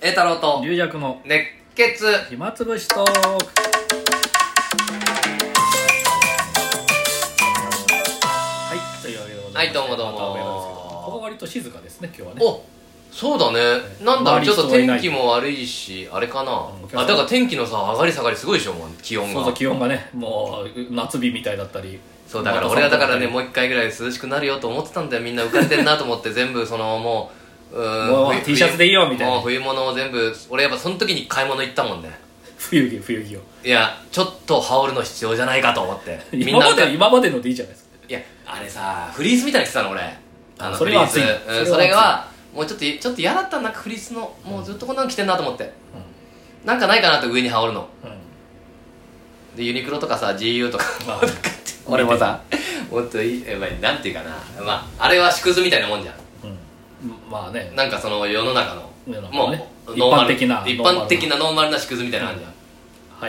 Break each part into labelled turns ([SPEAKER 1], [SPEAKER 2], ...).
[SPEAKER 1] 栄太郎と
[SPEAKER 2] 龍弱の
[SPEAKER 1] 熱血
[SPEAKER 2] 暇つぶしトークはいというわけでございまして
[SPEAKER 1] はいどうもどうも
[SPEAKER 2] またお便りですけどここ割と静かですね今日はね
[SPEAKER 1] おそうだねなんだろうちょっと天気も悪いしあれかな
[SPEAKER 2] うん
[SPEAKER 1] あだから天気のさ上がり下がりすごいでしょもう気温
[SPEAKER 2] そう
[SPEAKER 1] が
[SPEAKER 2] そう気温がねもう夏日みたいだったり
[SPEAKER 1] そうだから俺はだからねも
[SPEAKER 2] う
[SPEAKER 1] う一回ぐらい涼しくなるよと思ってたんだよみんな浮かれてんなと思って全部そのもううーん
[SPEAKER 2] もう
[SPEAKER 1] 冬
[SPEAKER 2] T シャツでいいよみたいな
[SPEAKER 1] もう冬物を全部俺やっぱその時に買い物行ったもんね
[SPEAKER 2] 冬着冬着を
[SPEAKER 1] いやちょっと羽織るの必要じゃないかと思ってみん
[SPEAKER 2] 今
[SPEAKER 1] な
[SPEAKER 2] まで今までのでいいじゃないですか
[SPEAKER 1] いやあれさフリースみたいにしてたの俺あの
[SPEAKER 2] それは
[SPEAKER 1] フリース
[SPEAKER 2] 暑い
[SPEAKER 1] うん、そ
[SPEAKER 2] そ
[SPEAKER 1] れ
[SPEAKER 2] れは
[SPEAKER 1] がもうちょっとちょっと嫌だったなんかフリースのもうずっとこんなの着てんなと思って、なんかないかなって上に羽織るの
[SPEAKER 2] うん
[SPEAKER 1] でユニクロとかさ GU とか
[SPEAKER 2] まあ
[SPEAKER 1] 俺もさもっといいえまあなんていうかなまああれは縮図みたいなもんじゃん
[SPEAKER 2] うんまあね
[SPEAKER 1] なんかその世の中の
[SPEAKER 2] 世の中
[SPEAKER 1] も
[SPEAKER 2] の
[SPEAKER 1] う
[SPEAKER 2] ね
[SPEAKER 1] ノーマル
[SPEAKER 2] 一般的な
[SPEAKER 1] 一般的なノーマルな縮図みたいなのあるじ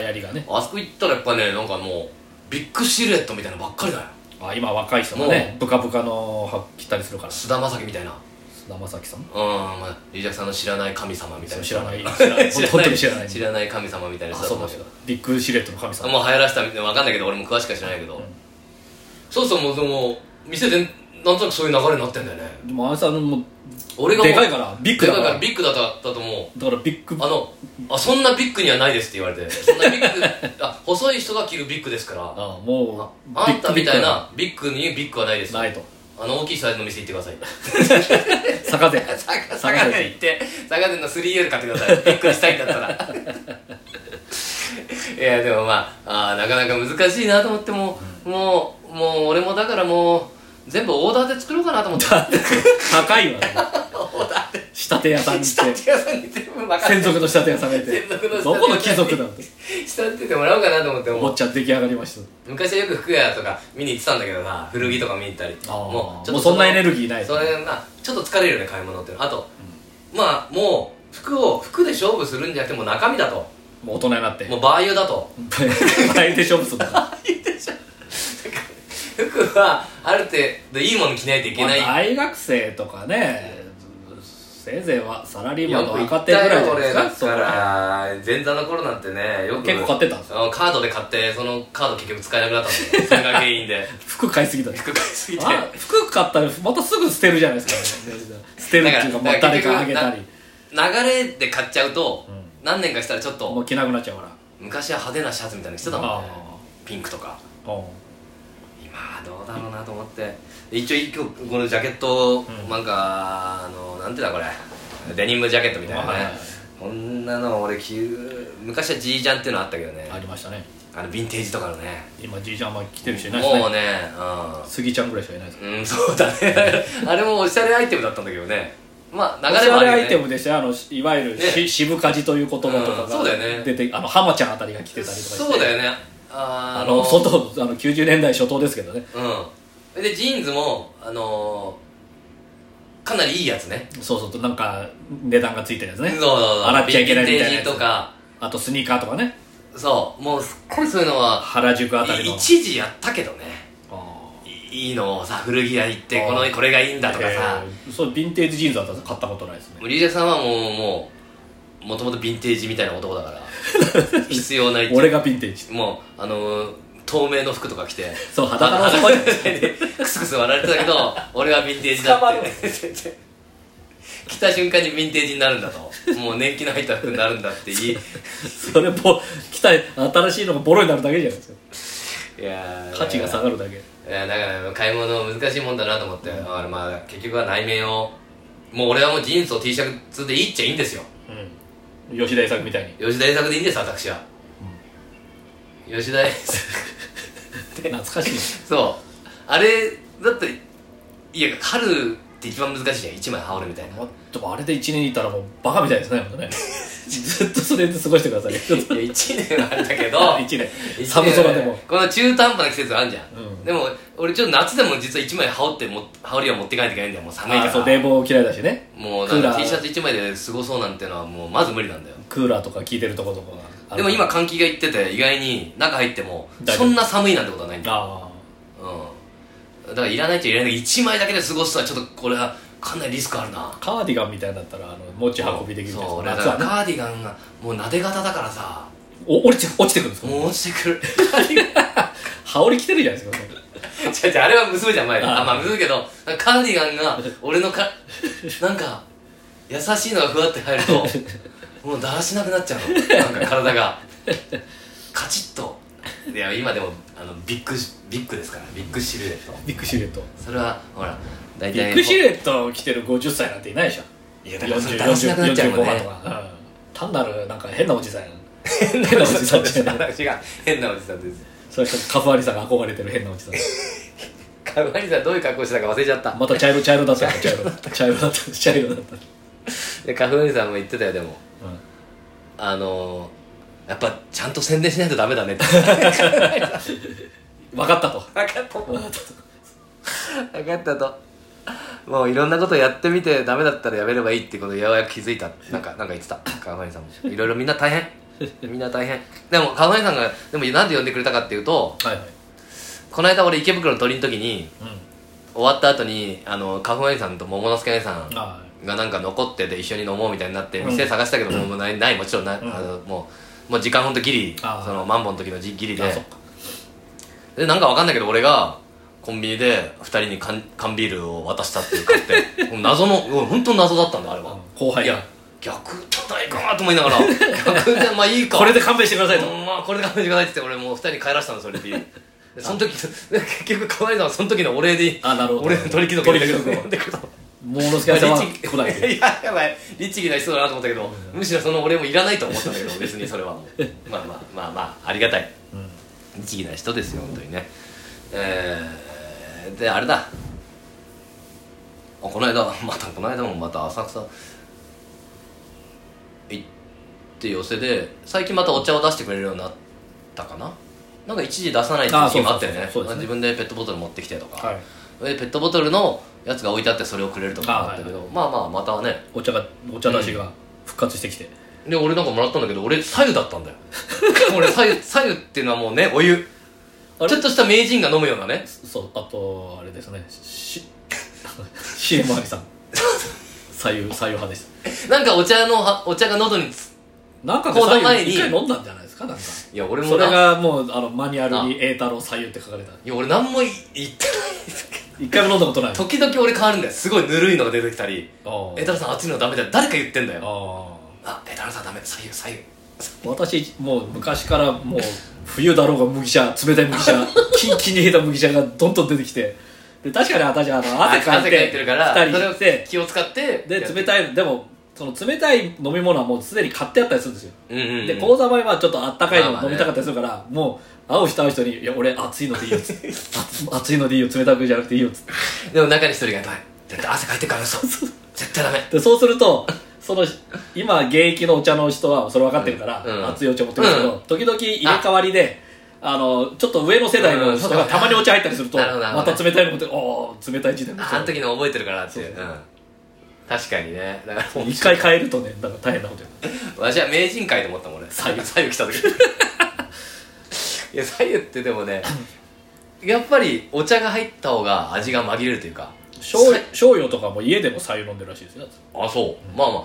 [SPEAKER 1] ゃん、
[SPEAKER 2] 流行りがね
[SPEAKER 1] あそこ行ったらやっぱねなんかもうビッグシルエットみたいなのばっかりだよ
[SPEAKER 2] あ今若い人もねブカブカのは着たりするから
[SPEAKER 1] 菅田将暉みたいな
[SPEAKER 2] 菅田将暉さん
[SPEAKER 1] うん、まあ、リージャクさんの知らない神様みたいな
[SPEAKER 2] 知らない知らな い
[SPEAKER 1] 知ら
[SPEAKER 2] 本当に知らない
[SPEAKER 1] 知らない神様みたいな
[SPEAKER 2] あ
[SPEAKER 1] 人だと思
[SPEAKER 2] そうだ
[SPEAKER 1] うけど
[SPEAKER 2] ビッグシルエットの神様
[SPEAKER 1] もう流行らせたみたいな分かんないけど俺も詳しくは知らないけど、そうそうもうでも店でなんとなくそういう流れになってんだよね
[SPEAKER 2] でもあれさもう
[SPEAKER 1] 俺がもう
[SPEAKER 2] でかいからビッグだ
[SPEAKER 1] で
[SPEAKER 2] か
[SPEAKER 1] からいビッグだったと思う
[SPEAKER 2] だからビッグ
[SPEAKER 1] あのあそんなビッグにはないですって言われてそんなビ ッグあ細い人が着るビッグですから
[SPEAKER 2] あもう
[SPEAKER 1] あんたみたい
[SPEAKER 2] だ
[SPEAKER 1] なビッグにビッグはないです
[SPEAKER 2] ないと
[SPEAKER 1] あの大きいサイズの店行ってください
[SPEAKER 2] 坂 で
[SPEAKER 1] 佐賀で行って佐賀での 3L 買ってくださいびっくりしたいんだったら いやでもまああーなかなか難しいなと思ってもうもうもう俺もだからもう全部オーダーで作ろうかなと 思って
[SPEAKER 2] 高いわね仕立て屋さんに
[SPEAKER 1] 下
[SPEAKER 2] 行っ
[SPEAKER 1] 手屋さんに全部任せ
[SPEAKER 2] 専
[SPEAKER 1] て
[SPEAKER 2] 属の仕立て屋さんがいて
[SPEAKER 1] 専属の仕立て屋さん
[SPEAKER 2] どこの貴族だって
[SPEAKER 1] 下手てもらおうかなと思って
[SPEAKER 2] お
[SPEAKER 1] も
[SPEAKER 2] っ
[SPEAKER 1] う
[SPEAKER 2] ちゃん出来上がりました
[SPEAKER 1] 昔はよく服屋とか見に行ってたんだけどな古着とか見に行ったりち
[SPEAKER 2] あー
[SPEAKER 1] ょっと
[SPEAKER 2] もうそんなエネルギーない
[SPEAKER 1] それなちょっと疲れるよね買い物っていうのあと、まあもう服を服で勝負するんじゃなくてもう中身だと
[SPEAKER 2] もう大人になって
[SPEAKER 1] もうバー油だと
[SPEAKER 2] バイで勝負するんだから
[SPEAKER 1] 服はある程度いいもの着ないといけ
[SPEAKER 2] ま
[SPEAKER 1] な
[SPEAKER 2] あ
[SPEAKER 1] い、
[SPEAKER 2] 大学生とかねせいぜいはサラリーマンの
[SPEAKER 1] よく行
[SPEAKER 2] 若
[SPEAKER 1] っ
[SPEAKER 2] 手ぐ
[SPEAKER 1] た
[SPEAKER 2] らいじ
[SPEAKER 1] よ
[SPEAKER 2] ゃない
[SPEAKER 1] 俺
[SPEAKER 2] です
[SPEAKER 1] だ
[SPEAKER 2] か
[SPEAKER 1] か
[SPEAKER 2] そう
[SPEAKER 1] ら前座の頃なんてねよく
[SPEAKER 2] 結構買ってたんです
[SPEAKER 1] うんカードで買ってそのカード結局使えなくなったん でそれが原因で
[SPEAKER 2] 服買いすぎた
[SPEAKER 1] 服買いすぎて
[SPEAKER 2] あ服買ったらまたすぐ捨てるじゃない ですか、ね、捨てるっていうか
[SPEAKER 1] だから
[SPEAKER 2] まあ誰かあげ
[SPEAKER 1] だ
[SPEAKER 2] た
[SPEAKER 1] から
[SPEAKER 2] り
[SPEAKER 1] 流れで買っちゃうと、
[SPEAKER 2] うん
[SPEAKER 1] 何年かしたらちょっ
[SPEAKER 2] も
[SPEAKER 1] と
[SPEAKER 2] う着なくなっちゃうから
[SPEAKER 1] 昔は派手なシャツみたいなの着てたもんね
[SPEAKER 2] あ
[SPEAKER 1] ピンクとか
[SPEAKER 2] あ
[SPEAKER 1] 今はどうだろうなと思って一応一個このジャケット、
[SPEAKER 2] ん
[SPEAKER 1] なんかあのなんていうんだこれデニムジャケットみたいな
[SPEAKER 2] はい
[SPEAKER 1] ね
[SPEAKER 2] はいはい
[SPEAKER 1] こんなの俺着る昔は G ジャンっていうのあったけどね
[SPEAKER 2] ありましたね
[SPEAKER 1] あのヴィンテージとかのね
[SPEAKER 2] 今じいちゃんあんま着てる人いないです
[SPEAKER 1] もう
[SPEAKER 2] ね
[SPEAKER 1] ね
[SPEAKER 2] 杉ちゃんぐらいしかいないです
[SPEAKER 1] うん、うん、そうだねあれもおしゃれアイテムだったんだけどねまあ
[SPEAKER 2] お
[SPEAKER 1] 流
[SPEAKER 2] し
[SPEAKER 1] れ
[SPEAKER 2] ゃ
[SPEAKER 1] はあ
[SPEAKER 2] れ
[SPEAKER 1] るよ、ね、
[SPEAKER 2] アイテムでしてあのしいわゆるし、
[SPEAKER 1] ね
[SPEAKER 2] 渋かじという言葉と
[SPEAKER 1] う
[SPEAKER 2] か
[SPEAKER 1] んそうだよ
[SPEAKER 2] が
[SPEAKER 1] ね
[SPEAKER 2] 出て、あの浜ちゃんあたりが着てたりとかして
[SPEAKER 1] そうだよねあ
[SPEAKER 2] あ
[SPEAKER 1] の
[SPEAKER 2] の外あの90年代初頭ですけどね
[SPEAKER 1] うんでジーンズもあのかなりいいやつね
[SPEAKER 2] そうそうとなんか値段がついてるやつね
[SPEAKER 1] そうそうそう
[SPEAKER 2] 洗っちゃいけないみたいな
[SPEAKER 1] ヴィ
[SPEAKER 2] や
[SPEAKER 1] ン
[SPEAKER 2] つ
[SPEAKER 1] テージとか
[SPEAKER 2] あとスニーカーとかね
[SPEAKER 1] そうもうすっごいそういうのは
[SPEAKER 2] 原宿あたり
[SPEAKER 1] い
[SPEAKER 2] の
[SPEAKER 1] 一時やったけどね
[SPEAKER 2] ああ
[SPEAKER 1] いいいのをさ古着屋行って
[SPEAKER 2] あ
[SPEAKER 1] こ
[SPEAKER 2] ー
[SPEAKER 1] のこれがいいんだとかさ、
[SPEAKER 2] えーそうヴィンテージジーンズだったら買ったことないですね
[SPEAKER 1] もうリージャさんはもうもうもともとヴィンテージみたいな男だから 必要ないっていう
[SPEAKER 2] 俺がヴィンテージ
[SPEAKER 1] もうあのー透明の服とか着て
[SPEAKER 2] そう裸の男
[SPEAKER 1] でクスクス笑われてたけど俺はヴィンテージだ
[SPEAKER 2] 捕まる
[SPEAKER 1] って着た瞬間にヴィンテージになるんだともう年季の入った服になるんだって いい
[SPEAKER 2] それも来た新しいのがボロになるだけじゃないですか
[SPEAKER 1] いやー
[SPEAKER 2] 価値が下がるだけ
[SPEAKER 1] いやだから買い物難しいもんだなと思って、だからまあ結局は内面をもう俺はもうジーンズと T シャツでいいっちゃいいんですよ
[SPEAKER 2] うん吉田栄作みたいに
[SPEAKER 1] 吉田栄作でいいんです私は、吉田栄作
[SPEAKER 2] 懐かしい
[SPEAKER 1] そうあれだったらいや春って一番難しいじゃん一枚羽織るみたいな
[SPEAKER 2] もっとあれで1年いたらもうバカみたいですね ほんとねずっとそれで過ごしてください
[SPEAKER 1] いや1年は あれだけど
[SPEAKER 2] 1年寒空でも
[SPEAKER 1] この中途半端な季節あるじゃん、
[SPEAKER 2] うん
[SPEAKER 1] でも俺ちょっと夏でも実は1枚羽織っても羽織りは持っていかないといけないんだよもう寒い
[SPEAKER 2] あ
[SPEAKER 1] か
[SPEAKER 2] あそう
[SPEAKER 1] ら
[SPEAKER 2] 冷房嫌いだしね
[SPEAKER 1] もうなんか
[SPEAKER 2] クーラー
[SPEAKER 1] T シャツ1枚で過ごそうなんてのはもうまず無理なんだよ
[SPEAKER 2] クーラーとか効いてるとことかがあ
[SPEAKER 1] で
[SPEAKER 2] る
[SPEAKER 1] も今換気がいってて意外に中入っても
[SPEAKER 2] 大
[SPEAKER 1] そ
[SPEAKER 2] 丈夫
[SPEAKER 1] んな寒いなんてことはないんだよ、
[SPEAKER 2] あ
[SPEAKER 1] うん、だからいらないっちゃいらない1枚だけで過ごすのはちょっとこれはかなりリスクあるな
[SPEAKER 2] あカーディガンみたいになったらあの持ち運びできるじゃないですか
[SPEAKER 1] そう俺だ
[SPEAKER 2] 夏
[SPEAKER 1] から
[SPEAKER 2] は
[SPEAKER 1] カ
[SPEAKER 2] ね
[SPEAKER 1] ーディガンがもう撫で型だからさ
[SPEAKER 2] お落ちて落ちてくるんですか
[SPEAKER 1] もう落ちてくる
[SPEAKER 2] 羽織着てるじゃないですかそれ
[SPEAKER 1] 違う違うあれは娘じゃん前あ
[SPEAKER 2] あ
[SPEAKER 1] あまあ娘けどカーディガンが俺のかなんか優しいのがふわって入る ともうだらしなくなっちゃうのなんか体がカチッといや今でもあのビッグビッグですからビッグシルエット
[SPEAKER 2] ビッグシルエット
[SPEAKER 1] それはほら大
[SPEAKER 2] ビ
[SPEAKER 1] 体
[SPEAKER 2] ッグシルエットを着てる50歳なんていないでしょ
[SPEAKER 1] いやだからそれだらしなくなっちゃうもん
[SPEAKER 2] 45
[SPEAKER 1] ね
[SPEAKER 2] とか、うん単なるなんか変なおじさん変なおじさんじゃない
[SPEAKER 1] 違う変なおじさんです
[SPEAKER 2] それカフアリさんが憧れてる変なおじさん
[SPEAKER 1] かわいさんどういう格好してたか忘れちゃった
[SPEAKER 2] また茶色茶色だ ったよ茶色だった 茶色だった茶色だった、
[SPEAKER 1] で花粉さんも言ってたよでも
[SPEAKER 2] うん
[SPEAKER 1] あのー、やっぱちゃんと宣伝しないとダメだねって
[SPEAKER 2] 分かったと
[SPEAKER 1] 分かった分かったともういろんなことやってみてダメだったらやめればいいってことにようやく気づいたなんかなんか言ってた川上さんもいろいろみんな大変みんな大変でも川上さんがでもなんで呼んでくれたかっていうと
[SPEAKER 2] はいはい、
[SPEAKER 1] この間俺池袋の鳥の時に
[SPEAKER 2] うん、
[SPEAKER 1] 終わった後にあの花粉さんと桃之助姉さん
[SPEAKER 2] あ
[SPEAKER 1] がなんか残ってて一緒に飲もうみたいになって
[SPEAKER 2] うん
[SPEAKER 1] 店探したけど、もうないないもちろんない、
[SPEAKER 2] うん
[SPEAKER 1] あのもうもう時間ほんとギリそ
[SPEAKER 2] あー
[SPEAKER 1] のマンボの時のじギリ
[SPEAKER 2] あそっ
[SPEAKER 1] で
[SPEAKER 2] か
[SPEAKER 1] でなんかわかんないけど俺がコンビニで2人に缶缶ビールを渡したっていうか ってもう謎のうん本当に謎だったんだあれは
[SPEAKER 2] 後輩
[SPEAKER 1] いや
[SPEAKER 2] が
[SPEAKER 1] 逆じゃないかなと思いな がら逆じゃまあいいか
[SPEAKER 2] これで勘弁してくださいと、
[SPEAKER 1] うんまあこれで勘弁してくださいって言って俺もう2人に帰らせたのそれででその時結局河合さんはその時のお礼で
[SPEAKER 2] あなるほど
[SPEAKER 1] 俺の取り貴族
[SPEAKER 2] 鳥貴
[SPEAKER 1] 呼
[SPEAKER 2] 族
[SPEAKER 1] んでくれた
[SPEAKER 2] モーノスケさんは来ないで
[SPEAKER 1] いややばい律儀な人だなと思ったけど、むしろその俺もいらないと思ったんだけど別にそれはも うまあまあまあまあありがたい
[SPEAKER 2] うん
[SPEAKER 1] 律儀な人ですよ本当にねえー、であれだあこの間 またこの間もまた浅草行って寄せで最近またお茶を出してくれるようになったかななんか一時出さない時期もあってね
[SPEAKER 2] あそうそうそうそうですね
[SPEAKER 1] 自分でペットボトル持ってきてとか、
[SPEAKER 2] はい、
[SPEAKER 1] でペットボトルのやつが置いてあってそれをくれるとかあったけど
[SPEAKER 2] あは
[SPEAKER 1] まあまあまたね
[SPEAKER 2] お茶がお茶出しが復活してきて、
[SPEAKER 1] で俺なんかもらったんだけど俺左右だったん だよ俺左右左右っていうのはもうねお湯ちょ
[SPEAKER 2] あ
[SPEAKER 1] っ
[SPEAKER 2] れ
[SPEAKER 1] とした名人が飲むようなね
[SPEAKER 2] そうあとあれですねし CM ありさん 左右左右派です
[SPEAKER 1] なんかお茶のはお茶が喉につ
[SPEAKER 2] なんかで
[SPEAKER 1] 講座
[SPEAKER 2] 左
[SPEAKER 1] 前に
[SPEAKER 2] 右一回飲んだんじゃないですかなんかそ
[SPEAKER 1] いや俺も
[SPEAKER 2] れ
[SPEAKER 1] な
[SPEAKER 2] がもうあのマニュアルに「栄太郎左右」って書かれた
[SPEAKER 1] いや俺何もい 言ってないですけ
[SPEAKER 2] 一回も飲んだことない
[SPEAKER 1] ど時々俺変わるんだよすごいぬるいのが出てきたり
[SPEAKER 2] あー
[SPEAKER 1] 「えたらさん熱いのダメだよ」誰か言ってんだよ「
[SPEAKER 2] あ
[SPEAKER 1] あえたらさんダメ左右左右
[SPEAKER 2] ー私もう昔からもう冬だろうが麦茶冷たい麦 茶キンキンに冷えた麦茶がどんどん出てきてで確かに私あの汗かい
[SPEAKER 1] 汗かい
[SPEAKER 2] て
[SPEAKER 1] てるから
[SPEAKER 2] 2人
[SPEAKER 1] それ
[SPEAKER 2] 行
[SPEAKER 1] を
[SPEAKER 2] って
[SPEAKER 1] 気を使って
[SPEAKER 2] で冷
[SPEAKER 1] い
[SPEAKER 2] たいでもその冷たい飲み物はもうすでに買ってあったりするんですよ
[SPEAKER 1] うんうんうん
[SPEAKER 2] で講座前はちょっとあったかい
[SPEAKER 1] まあ
[SPEAKER 2] の
[SPEAKER 1] まあ
[SPEAKER 2] 飲
[SPEAKER 1] ね
[SPEAKER 2] みたかったりするから、もう会う人会う人に「いや俺熱いのでいいよ」つって「あ熱いのでいいよ冷たくじゃなくていいよ」つって
[SPEAKER 1] でも中に一人が「やばい絶対汗かいてるからそう絶対ダメ」
[SPEAKER 2] でそうするとその今現役のお茶の人はそれ分かってるから、
[SPEAKER 1] うんうん
[SPEAKER 2] 熱いお茶持ってくるけど、時々入れ替わりであのちょっと上の世代の人
[SPEAKER 1] うんう
[SPEAKER 2] が
[SPEAKER 1] ん
[SPEAKER 2] たまにお茶入ったりすると、
[SPEAKER 1] なるほどなるほ
[SPEAKER 2] ま
[SPEAKER 1] ど
[SPEAKER 2] た冷たいの持って「おー冷たい時代
[SPEAKER 1] ああの時の覚えてるからっていう
[SPEAKER 2] そうそう
[SPEAKER 1] うん確かにねだからもう
[SPEAKER 2] 一回変えるとねなんか大変なことよ
[SPEAKER 1] 私は名人会と思ったもん 俺左右左右来た時いや左右ってでもねやっぱりお茶が入った方が味が紛れるというか
[SPEAKER 2] 醤油醤油とかも家でも白湯飲んでるらしいですよ
[SPEAKER 1] あそうまあまあ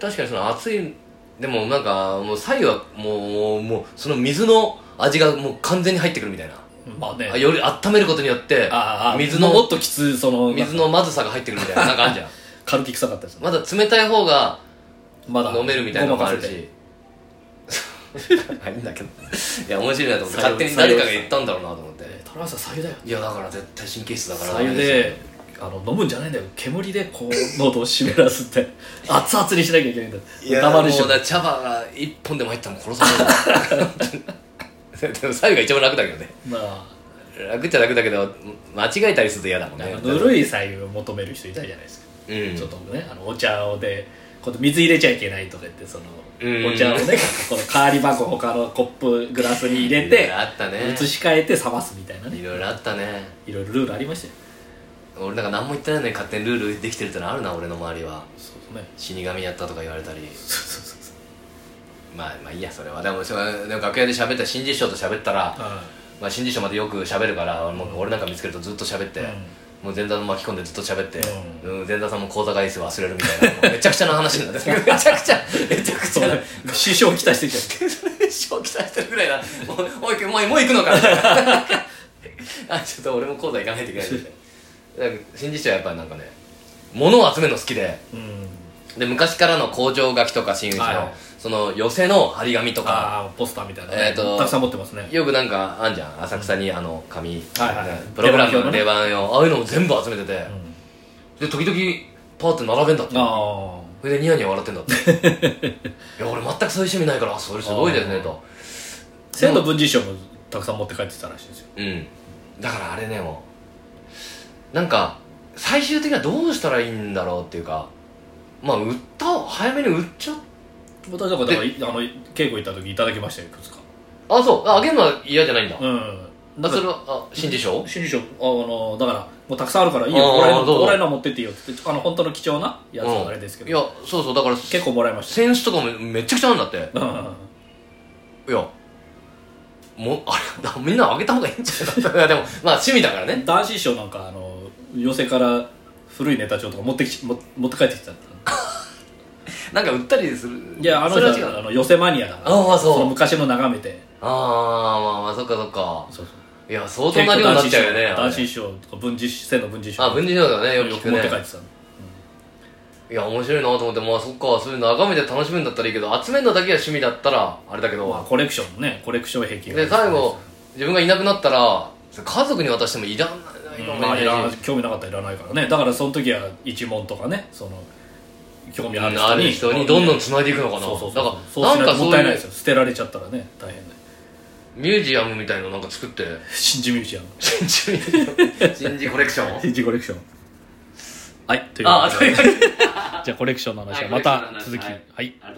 [SPEAKER 1] 確かにその熱いでもなんかもう左右はもうもうもうその水の味がもう完全に入ってくるみたいな
[SPEAKER 2] まあね
[SPEAKER 1] あより温めることによって
[SPEAKER 2] あーあー
[SPEAKER 1] 水
[SPEAKER 2] もっ
[SPEAKER 1] の
[SPEAKER 2] ときつその
[SPEAKER 1] 水のまずさが入ってくるみたいななんかあんじ ゃん
[SPEAKER 2] 軽き臭かったです
[SPEAKER 1] まだ冷たい方が
[SPEAKER 2] まだ
[SPEAKER 1] 飲めるみたいなのもある
[SPEAKER 2] ごまかせて
[SPEAKER 1] し あるんだけどいや面白いなと思って
[SPEAKER 2] 採用
[SPEAKER 1] 勝手に誰かが言ったんだろうなと思って
[SPEAKER 2] 田中さん左右だよ
[SPEAKER 1] いやだから絶対神経質だから
[SPEAKER 2] 左右であの飲むんじゃないんだよ煙でこう喉を湿らすって 熱々にしなきゃいけないんだよ
[SPEAKER 1] いや
[SPEAKER 2] 黙るし
[SPEAKER 1] もうだ茶葉が一本でも入ったらもう殺される でも左右が一番楽だけどね
[SPEAKER 2] まあ
[SPEAKER 1] 楽っちゃ楽だけど間違えたりすると嫌だもん
[SPEAKER 2] な
[SPEAKER 1] ね
[SPEAKER 2] んかぬるい左右を求める人いたじゃないですか、
[SPEAKER 1] うん
[SPEAKER 2] ちょっとねあのお茶をでこう水入れちゃいけないとか言ってその、
[SPEAKER 1] うん
[SPEAKER 2] お茶をねなんかこの代わり箱他のコップグラスに入れ
[SPEAKER 1] いろい
[SPEAKER 2] て
[SPEAKER 1] ろあったね
[SPEAKER 2] 移し替えて冷ますみたいないね
[SPEAKER 1] ろいろあったね
[SPEAKER 2] いろいろルールありましたよ
[SPEAKER 1] 俺なんか何も言ってないのに勝手にルールできてるってのあるな俺の周りは
[SPEAKER 2] そうですね
[SPEAKER 1] 死神やったとか言われたり
[SPEAKER 2] そうそうそう
[SPEAKER 1] まあまあいいやそれはでもそれでも楽屋で喋った新人賞と喋ったら、
[SPEAKER 2] そうはい
[SPEAKER 1] まあ、新人賞までよく喋るからもう俺なんか見つけるとずっと喋って、
[SPEAKER 2] うん
[SPEAKER 1] もう前座の巻き込んでずっと喋って、
[SPEAKER 2] う
[SPEAKER 1] うん、前座さんも講座がいつ忘れるみたいなもうめちゃくちゃな話になって めちゃくちゃめちゃくちゃな
[SPEAKER 2] 師匠来たしてきた
[SPEAKER 1] 師匠期待してるぐらいなもうおいもうもう行くのかみたいな あちょっと俺も講座行かないといけないみ たいなだから新実はやっぱりなんかね物を集めるの好きで
[SPEAKER 2] うん
[SPEAKER 1] で昔からの工場書きとか新内の、
[SPEAKER 2] はい
[SPEAKER 1] その寄せの張り紙とか
[SPEAKER 2] ああポスターみたいなね、
[SPEAKER 1] えーと
[SPEAKER 2] たくさん持ってますね
[SPEAKER 1] よくなんかあんじゃん浅草にあの紙、
[SPEAKER 2] はいはいはい
[SPEAKER 1] プログラムの
[SPEAKER 2] 出
[SPEAKER 1] 出番用ああいうのも全部集めてて、で時々パーって並べんだって
[SPEAKER 2] あ
[SPEAKER 1] それでニヤニヤ笑ってんだって いや俺全くそういう趣味ないからあそれすごいですねと
[SPEAKER 2] あ千の文治師匠もたくさん持って帰ってたらしいですよ
[SPEAKER 1] うんだからあれねもうなんか最終的にはどうしたらいいんだろうっていうかまあ売った早めに売っちゃっ
[SPEAKER 2] 私なんかだからいあの稽古行った時いただきましたよいくつか
[SPEAKER 1] あそうああげるのは嫌じゃないんだ、
[SPEAKER 2] うん
[SPEAKER 1] あ
[SPEAKER 2] だか
[SPEAKER 1] それ
[SPEAKER 2] ら
[SPEAKER 1] はあ新事象
[SPEAKER 2] 新理書ああのだからもうたくさんあるからいいよ
[SPEAKER 1] あー
[SPEAKER 2] もらえる
[SPEAKER 1] どうぞ
[SPEAKER 2] もらえるのは持ってっていいよってあの本当の貴重なやつ
[SPEAKER 1] うん
[SPEAKER 2] はあれですけ
[SPEAKER 1] い
[SPEAKER 2] ど、
[SPEAKER 1] や そうそうだから
[SPEAKER 2] 結構もらいまし
[SPEAKER 1] センスとかもめちゃくちゃあるんだって
[SPEAKER 2] たうん
[SPEAKER 1] いやもうあれ みんなあげた方がいいんじゃないか いやでもまあ趣味だからね
[SPEAKER 2] 男子師匠なんかあの寄席から古いネタ帳とか持ってきちも持って帰ってきてた
[SPEAKER 1] なんか売ったりする
[SPEAKER 2] いやあの
[SPEAKER 1] それは違
[SPEAKER 2] 人
[SPEAKER 1] う
[SPEAKER 2] あの寄席マニアだから
[SPEAKER 1] ああそう
[SPEAKER 2] その昔の眺めて
[SPEAKER 1] ああまあまあそっかそっか
[SPEAKER 2] そうそう
[SPEAKER 1] いや相当な量になっちゃうよねあ
[SPEAKER 2] 男子
[SPEAKER 1] れ
[SPEAKER 2] 師匠とか文治師生の文治師匠
[SPEAKER 1] あ文人だねよく聞
[SPEAKER 2] よく
[SPEAKER 1] く
[SPEAKER 2] 持
[SPEAKER 1] ね
[SPEAKER 2] って帰ってたの
[SPEAKER 1] いや面白いなと思ってまあそっかそういう眺めて楽しむんだったらいいけど集めるのだけが趣味だったらあれだけ
[SPEAKER 2] まあ
[SPEAKER 1] ど
[SPEAKER 2] コレクションねコレクション癖が
[SPEAKER 1] で最後自分がいなくなったら家族に渡してもいらないかも
[SPEAKER 2] まあ、
[SPEAKER 1] し
[SPEAKER 2] い
[SPEAKER 1] れな
[SPEAKER 2] ら
[SPEAKER 1] いし
[SPEAKER 2] 興味なかったらいらないからねだからその時は一問とかねその興味ある人に
[SPEAKER 1] ある人にどんどん繋いでいくのかな
[SPEAKER 2] そうそう
[SPEAKER 1] だ
[SPEAKER 2] そう
[SPEAKER 1] か
[SPEAKER 2] そうし
[SPEAKER 1] らな
[SPEAKER 2] なんい
[SPEAKER 1] か
[SPEAKER 2] と
[SPEAKER 1] そ
[SPEAKER 2] もっ
[SPEAKER 1] う
[SPEAKER 2] たいな
[SPEAKER 1] い
[SPEAKER 2] いで
[SPEAKER 1] う
[SPEAKER 2] すよ捨てられちゃったらね大変だよ
[SPEAKER 1] ミュージアムみたいのなんか作 って
[SPEAKER 2] 新地ミュージアム
[SPEAKER 1] 新地ミュージアム新地コレクション
[SPEAKER 2] 新地コレクションはいという
[SPEAKER 1] ああ、
[SPEAKER 2] こと
[SPEAKER 1] そうい
[SPEAKER 2] で
[SPEAKER 1] うわけで
[SPEAKER 2] じゃあコレクションの話は
[SPEAKER 1] は
[SPEAKER 2] ま
[SPEAKER 1] い
[SPEAKER 2] た
[SPEAKER 1] コレクショ
[SPEAKER 2] 続
[SPEAKER 1] ンの
[SPEAKER 2] き
[SPEAKER 1] 話
[SPEAKER 2] はい